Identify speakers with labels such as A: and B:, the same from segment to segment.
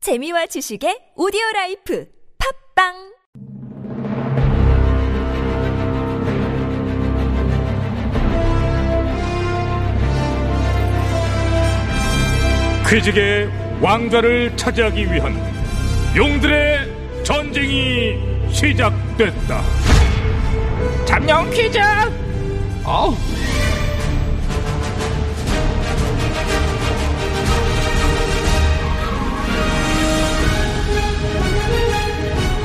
A: 재미와 지식의 오디오 라이프 팝빵
B: 퀴직의 왕좌를 차지하기 위한 용들의 전쟁이 시작됐다.
C: 잠룡 퀴즈! 어우,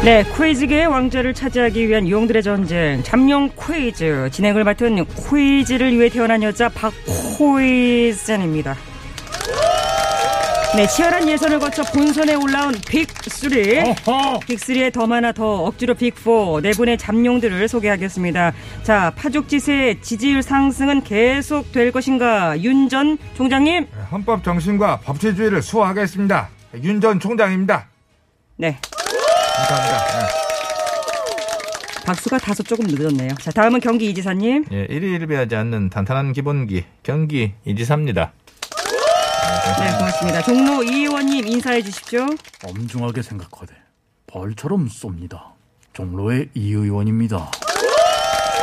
D: 네, 퀴즈계의 왕자를 차지하기 위한 유형들의 전쟁, 잠룡 퀴즈. 진행을 맡은 퀴즈를 위해 태어난 여자 박호이센입니다. 네, 치열한 예선을 거쳐 본선에 올라온 빅3.
B: 어허!
D: 빅3에 더 많아 더 억지로 빅4. 네 분의 잠룡들을 소개하겠습니다. 자, 파죽지세의 지지율 상승은 계속 될 것인가? 윤 전 총장님.
E: 헌법 정신과 법치주의를 수호하겠습니다. 윤 전 총장입니다.
D: 네,
E: 감사합니다.
D: 박수가 다소 조금 늦었네요. 자, 다음은 경기 이지사님.
F: 예, 1위 1비하지 않는 단단한 기본기 경기 이지사입니다.
D: 네, 고맙습니다. 종로 이 의원님 인사해 주십시오.
G: 엄중하게 생각하되 벌처럼 쏩니다. 종로의 이 의원입니다.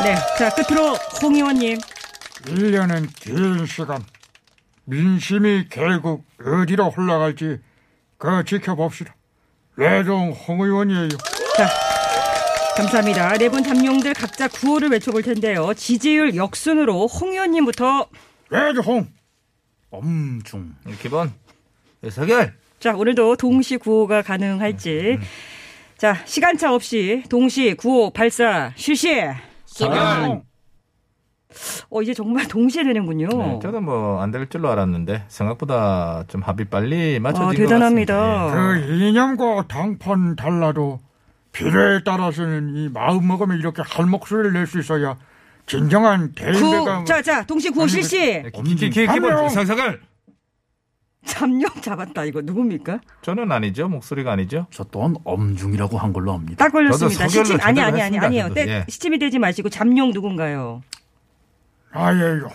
D: 네, 자 끝으로 홍 의원님.
E: 1년은 긴 시간. 민심이 결국 어디로 흘러갈지 그 지켜봅시다. 레종 홍 의원이에요.
D: 자, 감사합니다. 네 분 잠룡들 각자 구호를 외쳐볼 텐데요. 지지율 역순으로 홍 의원님부터.
E: 레종!
G: 엄중.
F: 기본 서결
D: 자, 오늘도 동시 구호가 가능할지. 자, 시간차 없이 동시 구호 발사 실시.
G: 서결.
D: 어, 이제 정말 동시에 되는군요.
F: 네, 저도 뭐 안 될 줄로 알았는데 생각보다 좀 합이 빨리
D: 아,
F: 맞춰진 것 같습니다.
D: 대단합니다.
E: 그 이념과 당판 달라도 필요에 따라서는 이 마음먹으면 이렇게 할 목소리를 낼 수 있어야 진정한
F: 네, 그
E: 대인배가
D: 구, 자, 자, 동시 구호 실시.
F: 예. 기- 기- 기- 기본
E: 가면.
F: 서결
D: 잠룡 잡았다. 이거 누굽니까?
F: 저는 아니죠 목소리가 아니죠.
G: 저 또한 엄중이라고 한 걸로 압니다.
D: 딱 걸렸습니다.
F: 저도 서결로
D: 시침 아니
F: 제대로
D: 아니 아니
F: 했습니다,
D: 아니에요.
F: 저도.
D: 때,
F: 예.
D: 시침이 되지 마시고 잠룡 누군가요?
E: 아예요.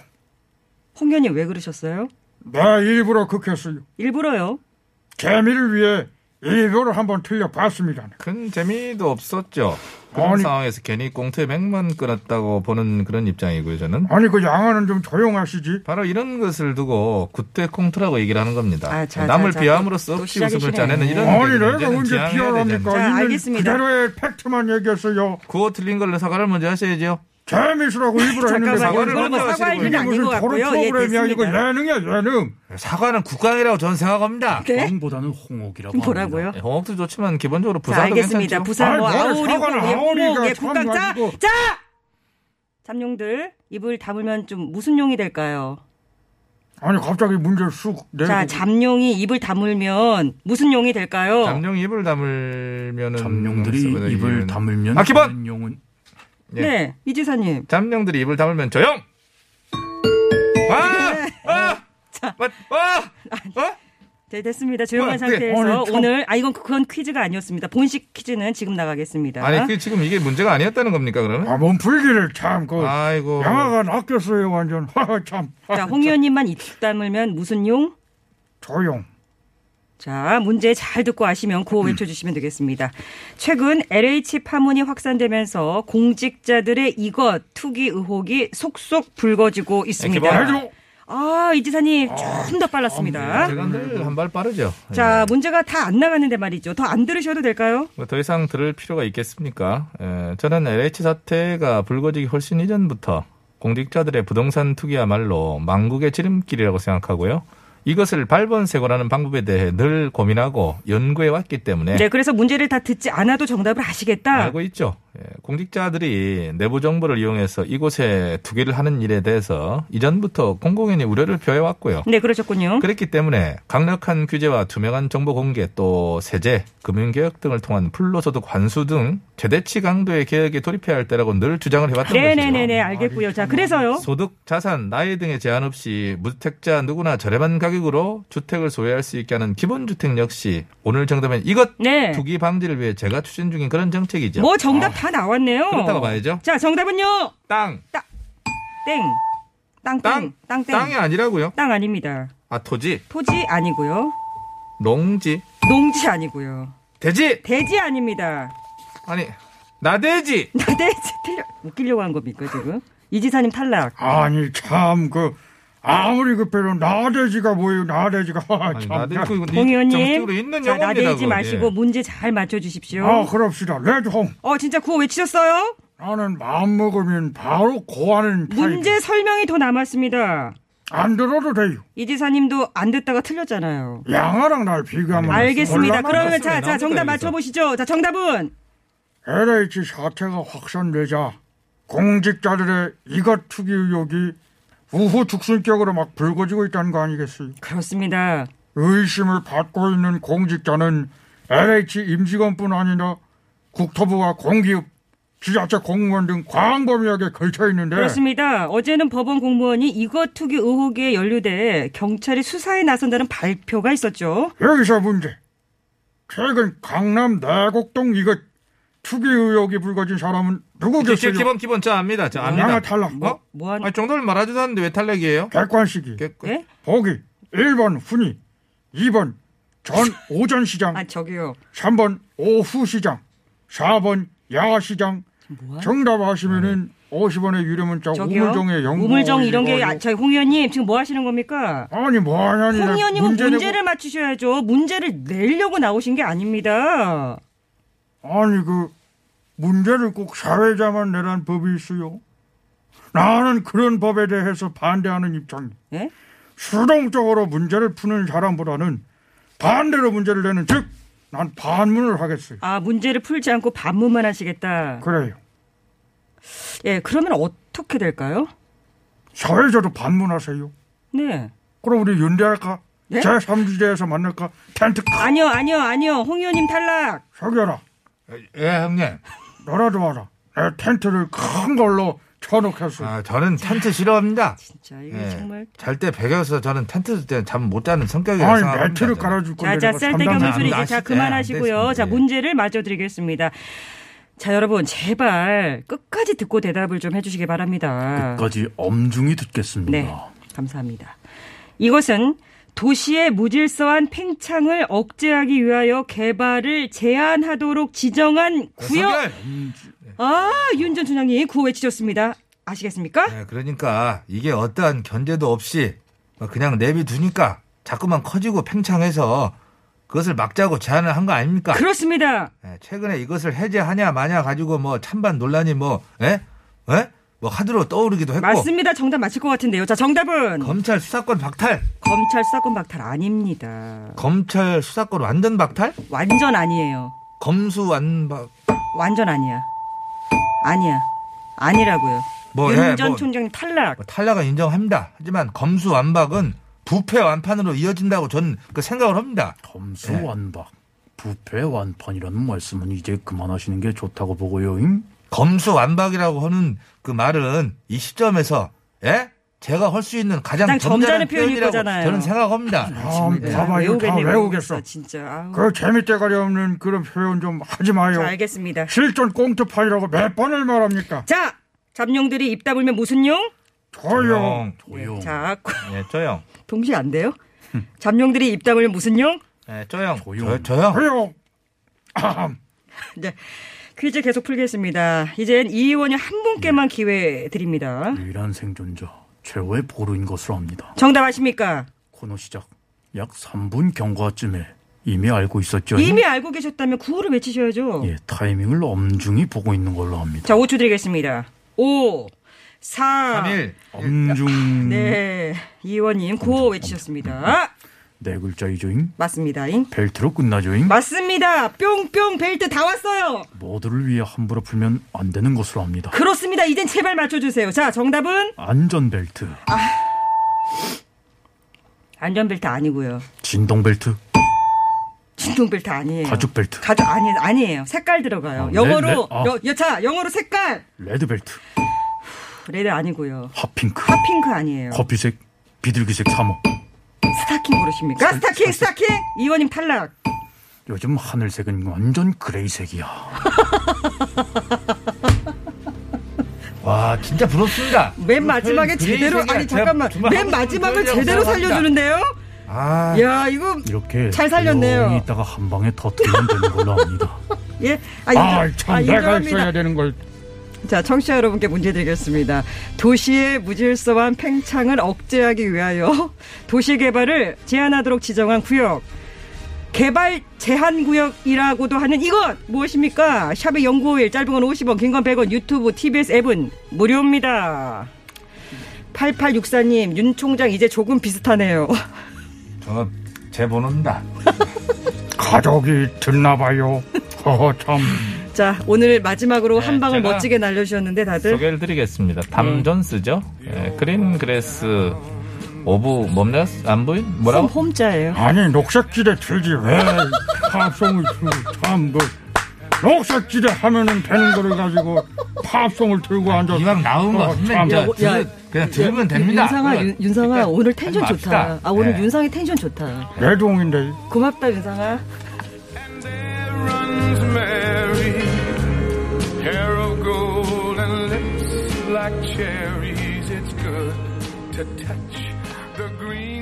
D: 홍현이 왜 그러셨어요?
E: 나 일부러 극했어요.
D: 일부러요.
E: 재미를 위해 일부러 한번 틀려봤습니다.
F: 큰 재미도 없었죠. 그런
E: 아니.
F: 상황에서 괜히 꽁트에 맥만 끊었다고 보는 그런 입장이고요. 저는
E: 아니 그 양아는 좀 조용하시지.
F: 바로 이런 것을 두고 구태 콩트라고 얘기를 하는 겁니다.
D: 아, 자,
F: 남을
D: 자, 자,
F: 비하함으로써
D: 또- 또
F: 없이 웃음을
D: 시작이시네.
F: 짜내는 이런
E: 아니
F: 얘기를
E: 내가
F: 이제는
E: 언제
F: 지양해야 되지 않나.
E: 비열합니까?
D: 자,
E: 있는
D: 알겠습니다.
E: 그대로의 팩트만 얘기했어요.
F: 구호 틀린 걸로 사과를 먼저 하셔야죠.
E: 재미있으라고 일부러 했는데
D: 잠깐만요.
F: 사과를
D: 이거는 뭐
F: 먼저 하시는
D: 사과할 일은
E: 이게
D: 아닌 것
E: 무슨
D: 같고요.
E: 토론
D: 예,
E: 프로그램이야 이거
D: 됐습니다.
E: 예능이야 예능.
F: 사과는 국강이라고 저는 생각합니다.
D: 네? 음,
G: 홍보다는 홍옥이라고
D: 뭐라고요?
G: 합니다.
F: 네, 홍옥도 좋지만 기본적으로
D: 자,
F: 부산도
D: 알겠습니다.
F: 괜찮죠.
D: 부산 뭐
E: 아이, 뭐야,
D: 아우리고
E: 사과는
D: 예,
E: 아우리가
D: 홍옥 예,
E: 참
D: 국강 짜.
E: 가지고.
D: 자! 잠룡들 입을 다물면 좀 무슨 용이 될까요?
E: 아니 갑자기 문제 쑥
F: 네,
E: 내고.
D: 자, 잠룡이 입을 다물면 무슨 용이 될까요?
F: 아, 잠룡 입을 담으면은
G: 잠룡들이 입을 다물면
F: 음, 아, 기본!
G: 하는 용은
F: 예.
D: 네, 이지사님.
F: 잠룡들이 입을 담으면 조용. 아! 아!
D: 네. 자.
F: 아! 아! 아!
D: 네, 됐습니다. 조용한
F: 어, 네.
D: 상태에서
E: 오늘 참-
D: 오늘 아 이건 그건 퀴즈가 아니었습니다. 본식 퀴즈는 지금 나가겠습니다.
F: 아니, 그 지금 이게 문제가 아니었다는 겁니까, 그러면?
E: 아 몸풀기를 참 그.
F: 아이고. 네,
E: 양아가 낚였어요 완전. 하하, 참.
D: 자, 홍 의원님만 입 다물면 무슨 용?
E: 조용.
D: 자, 문제 잘 듣고 아시면
F: 음.
D: 구호 외쳐주시면 되겠습니다. 최근 LH 파문이 확산되면서 공직자들의 이것 투기 의혹이 속속 불거지고
F: 기발.
D: 있습니다.
E: 해줘.
D: 아, 이지사님 좀 더 빨랐습니다.
F: 제가 늘 한 발 빠르죠. 네.
D: 자, 문제가 다 안 나갔는데 말이죠. 더 안 들으셔도 될까요?
F: 뭐더 이상 들을 필요가 있겠습니까? 에, 저는 LH 사태가 불거지기 훨씬 이전부터 공직자들의 부동산 투기야말로 망국의 지름길이라고 생각하고요. 이것을 발본색원하는 방법에 대해 늘 고민하고 연구해 왔기 때문에
D: 네, 그래서 문제를 다 듣지 않아도 정답을 아시겠다.
F: 알고 있죠. 예, 공직자들이 내부 정보를 이용해서 이곳에 투기를 하는 일에 대해서 이전부터 공공연히 우려를 표해 왔고요.
D: 네, 그러셨군요.
F: 그렇기 때문에 강력한 규제와 투명한 정보 공개 또 세제, 금융개혁 등을 통한 불로소득 관수 등 최대치 강도의 개혁에 돌입해야 할 때라고 늘 주장을 해왔던
D: 네네네네,
F: 것이죠.
D: 알겠고요. 자, 그래서요.
F: 소득, 자산, 나이 등의 제한 없이 무주택자 누구나 저렴한 가격으로 주택을 소유할 수 있게 하는 기본주택 역시 오늘 정답은 이것
D: 네.
F: 투기 방지를 위해 제가 추진 중인 그런 정책이죠.
D: 뭐 정답 다 나왔네요.
F: 아, 그렇다고 봐야죠.
D: 자, 정답은요.
F: 땅,
D: 땡. 땅땡.
F: 땅,
D: 땅땡.
F: 땅이 아니라고요.
D: 땅 아닙니다.
F: 아 토지,
D: 토지 아니고요.
F: 농지,
D: 농지 아니고요.
F: 돼지
D: 돼지 아닙니다.
F: 아니 나돼지
D: 나돼지 틀려 웃기려고 한 겁니까 지금? 이 지사님 탈락.
E: 아니 참 그 아무리 급해도 나대지가 뭐예요 나대지가
F: 아니,
E: 참.
F: 나돼지 그 이거
D: 홍 의원님,
F: 네, 정식으로 있는
D: 자,
F: 영어입니다,
D: 나대지
F: 그거. 어.
D: 마시고
F: 예.
D: 문제 잘 맞춰주십시오.
E: 아 그럽시다 레드홍
D: 어, 진짜 구호 외치셨어요?
E: 나는 마음먹으면 바로 고하는 타입
D: 문제 설명이 더 남았습니다.
E: 안 들어도 돼요
D: 이 지사님도 안 됐다가 틀렸잖아요.
E: 양아랑 날 비교하면
D: 알겠습니다.
E: 곤란하다.
D: 그러면 자,
F: 나오겠다,
D: 자, 정답
F: 여기서.
D: 맞춰보시죠. 자, 정답은
E: LH 사태가 확산되자 공직자들의 이것 투기 의혹이 우후 죽순격으로 막 불거지고 있다는 거 아니겠어요?
D: 그렇습니다.
E: 의심을 받고 있는 공직자는 LH 임직원뿐 아니라 국토부와 공기업, 지자체 공무원 등 광범위하게 걸쳐 있는데
D: 그렇습니다. 어제는 법원 공무원이 이것 투기 의혹에 연루돼 경찰이 수사에 나선다는 발표가 있었죠.
E: 여기서 문제. 최근 강남 내곡동 이것 투기 의혹이 불거진 사람은
F: 기,
E: 누구겠어요?
F: 기본 기본 저 압니다. 저 압니다.
E: 양아 탈락.
F: 어?
D: 뭐 하는
F: 아니 정도를 말하지도 않는데 왜 탈락이에요?
E: 객관식이.
F: 그,
D: 예?
E: 보기 1번 훈이 2번 전 오전 시장
D: 아, 저기요.
E: 3번 오후 시장 4번 야외 시장 정답 아시면은 50원의 유료 문자
D: 저기요.
E: 어, 우물정의 영구
D: 우물정 이런 게
E: 이거요.
D: 아, 저희 홍 의원님 지금 뭐 하시는 겁니까?
E: 아니 뭐하냐니
D: 홍 의원님은
E: 문제 내고-
D: 문제를 맞추셔야죠. 문제를 내려고 나오신 게 아닙니다.
E: 아니 그 문제를 꼭 사회자만 내란 법이 있어요 나는 그런 법에 대해서 반대하는 입장이
D: 예?
E: 수동적으로 문제를 푸는 사람보다는 반대로 문제를 내는 즉 난 반문을 하겠어요
D: 아 문제를 풀지 않고 반문만 하시겠다.
E: 그래요
D: 예, 그러면 어떻게 될까요?
E: 사회자도 반문하세요.
D: 네.
E: 그럼 우리 연대할까?
D: 네?
E: 제3지대에서 만날까? 텐트 크
D: 아니요, 아니요, 아니요. 홍 의원님 탈락.
E: 석열아
F: 예 형님.
E: 너라도 와라. 내 텐트를 큰 걸로 쳐놓겠어.
F: 아 저는 텐트 싫어합니다.
D: 진짜 이거
E: 네.
F: 예.
D: 정말.
F: 잘 때 배겨서 저는 텐트 때는 잠 못 자는
G: 예.
F: 성격이라서
E: 아니
G: 네,
E: 매트를 깔아줄 건데
D: 자, 자,
E: 내가
D: 쌀때겸
E: 삼당사-
D: 소리 이제
F: 아시죠?
D: 자 그만하시고요.
F: 네,
D: 자,
F: 네.
D: 문제를 맞춰드리겠습니다. 자, 여러분 제발 끝까지 듣고 대답을 좀 해주시기 바랍니다.
G: 까지 엄중히 듣겠습니다.
D: 네, 감사합니다. 이것은 도시의 무질서한 팽창을 억제하기 위하여 개발을 제한하도록 지정한 구역.
F: 네, 성격!
D: 아, 윤 전 총장님 구호 외치셨습니다. 아시겠습니까?
F: 네, 그러니까 이게 어떠한 견제도 없이 뭐 그냥 내비두니까 자꾸만 커지고 팽창해서 그것을 막자고 제안을 한 거 아닙니까?
D: 그렇습니다.
F: 예, 최근에 이것을 해제하냐 마냐 가지고 뭐 찬반 논란이 뭐 에? 에? 뭐 하드로 떠오르기도 했고
D: 맞습니다. 정답 맞힐 것 같은데요. 자, 정답은
F: 검찰 수사권 박탈
D: 검찰 수사권 박탈 아닙니다.
F: 검찰 수사권 완전 박탈?
D: 완전 아니에요.
F: 검수 완박
D: 완전 아니야. 아니야. 아니라고요.
F: 뭐 해,
D: 윤 전
F: 뭐.
D: 총장님 탈락.
F: 뭐 탈락은 인정합니다. 하지만 검수 완박은 부패 완판으로 이어진다고 저는 그 생각을 합니다.
G: 검수 완박, 부패 완판이라는 말씀은 이제 그만하시는 게 좋다고 보고요. 잉?
F: 검수 완박이라고 하는 그 말은 이 시점에서 예? 제가 할 수 있는 가장
D: 가장
F: 점잖은
D: 점잖은
F: 표현일
D: 표현일
F: 거잖아
D: 거잖아요.
F: 저는 생각합니다.
E: 참,
D: 네,
E: 봐봐 이거 다
D: 외우겠네,
E: 외우겠어.
D: 진짜. 아우.
E: 그 재밌대가리 없는 그런 표현 좀 하지 마요.
D: 자, 알겠습니다.
E: 실전 꽁트파이라고 몇 번을 말합니까?
D: 자, 잡룡들이 입 다물면 무슨 용?
E: 조용.
G: 조용.
D: 자,
F: 예, 조용.
D: 동시에 안 돼요? 잡룡들이 입 다물면 무슨 용?
F: 예, 조용.
G: 조용.
F: 저, 조용.
E: 조용. 아함.
D: 네. 퀴즈 계속 풀겠습니다. 이젠 이 의원이 한 분께만 기회 드립니다.
G: 유일한 생존자, 최후의 보루인 것으로 압니다.
D: 정답 아십니까?
G: 코너 시작. 약 3분 경과쯤에 이미 알고 있었죠. 잉?
D: 이미 알고 계셨다면 구호를 외치셔야죠.
G: 네. 예, 타이밍을 엄중히 보고 있는 걸로 합니다.
D: 자, 5초 드리겠습니다. 5, 4,
F: 3일.
G: 엄중
D: 네. 이 의원님 구호 외치셨습니다.
G: 네 글자이죠잉.
D: 맞습니다잉.
G: 벨트로 끝나죠잉.
D: 맞습니다. 뿅뿅 벨트 다 왔어요.
G: 모두를 위해 함부로 풀면 안 되는 것으로 합니다.
D: 그렇습니다. 이젠 제발 맞춰주세요. 자, 정답은
G: 안전벨트,
D: 안전벨트 아니고요.
G: 진동벨트,
D: 진동벨트 아니에요.
G: 가죽벨트,
D: 가죽 아니 아니에요. 색깔 들어가요.
G: 아, 네,
D: 영어로
G: 네. 아.
D: 여, 여- 자 영어로 색깔
G: 레드벨트,
D: 레드 아니고요. 네.
G: 핫핑크,
D: 핫핑크 아니에요.
G: 커피색, 비둘기색 3호.
D: 스타킹 모르십니까? 스타킹 스타킹 이원님 탈락.
G: 요즘 하늘색은 완전 그레이색이야.
F: 와, 진짜 부럽습니다.
D: 맨 마지막에 제대로 아니 잠깐만 맨 마지막을 제대로 살려주는데요.
F: 아,
D: 야, 이거
G: 이렇게
D: 잘 살렸네요.
G: 조용히 있다가 한 방에 터뜨리면 되는 걸로 압니다.
D: 예. 아, 인정-
E: 아참
D: 아,
E: 내가
D: 인정합니다.
E: 있어야 되는 걸
D: 자, 청취자 여러분께 문제 드리겠습니다. 도시의 무질서한 팽창을 억제하기 위하여 도시 개발을 제한하도록 지정한 구역. 개발 제한 구역이라고도 하는 이것 무엇입니까? 샵의 0951 짧은 건 50원, 긴 건 100원, 유튜브, TBS 앱은 무료입니다. 8864님, 윤 총장 이제 조금 비슷하네요.
F: 저제 번호입니다.
E: 가족이 듣나 봐요. 허허 참.
D: 자, 오늘 마지막으로
F: 네,
D: 한 방을
F: 제가
D: 멋지게 날려주셨는데 다들
F: 소개를 드리겠습니다. 담 존스죠. 예, 그린 그레스 오브 뭡니까? 안 보인?
D: 홈,
F: 뭐라고?
D: 홈자예요.
E: 아니 녹색지대 들지 왜 팝송을 들고 참그 뭐. 녹색지대 하면은 되는 거를 가지고 팝송을 들고 앉아.
F: 이왕 나온 거
E: 어,
F: 없으면
E: 참.
F: 이제
D: 뭐, 야,
F: 들-
D: 야,
F: 그냥 들으면 됩니다.
D: 예, 윤상아,
F: 그건.
D: 윤, 윤상아
F: 그러니까
D: 오늘 텐션
F: 하지
D: 좋다.
F: 맙시다.
D: 아 오늘
F: 예.
D: 윤상이 텐션 좋다.
E: 외동인데
D: 고맙다 윤상아.
H: like cherries, it's good to touch the
B: Oh.
H: green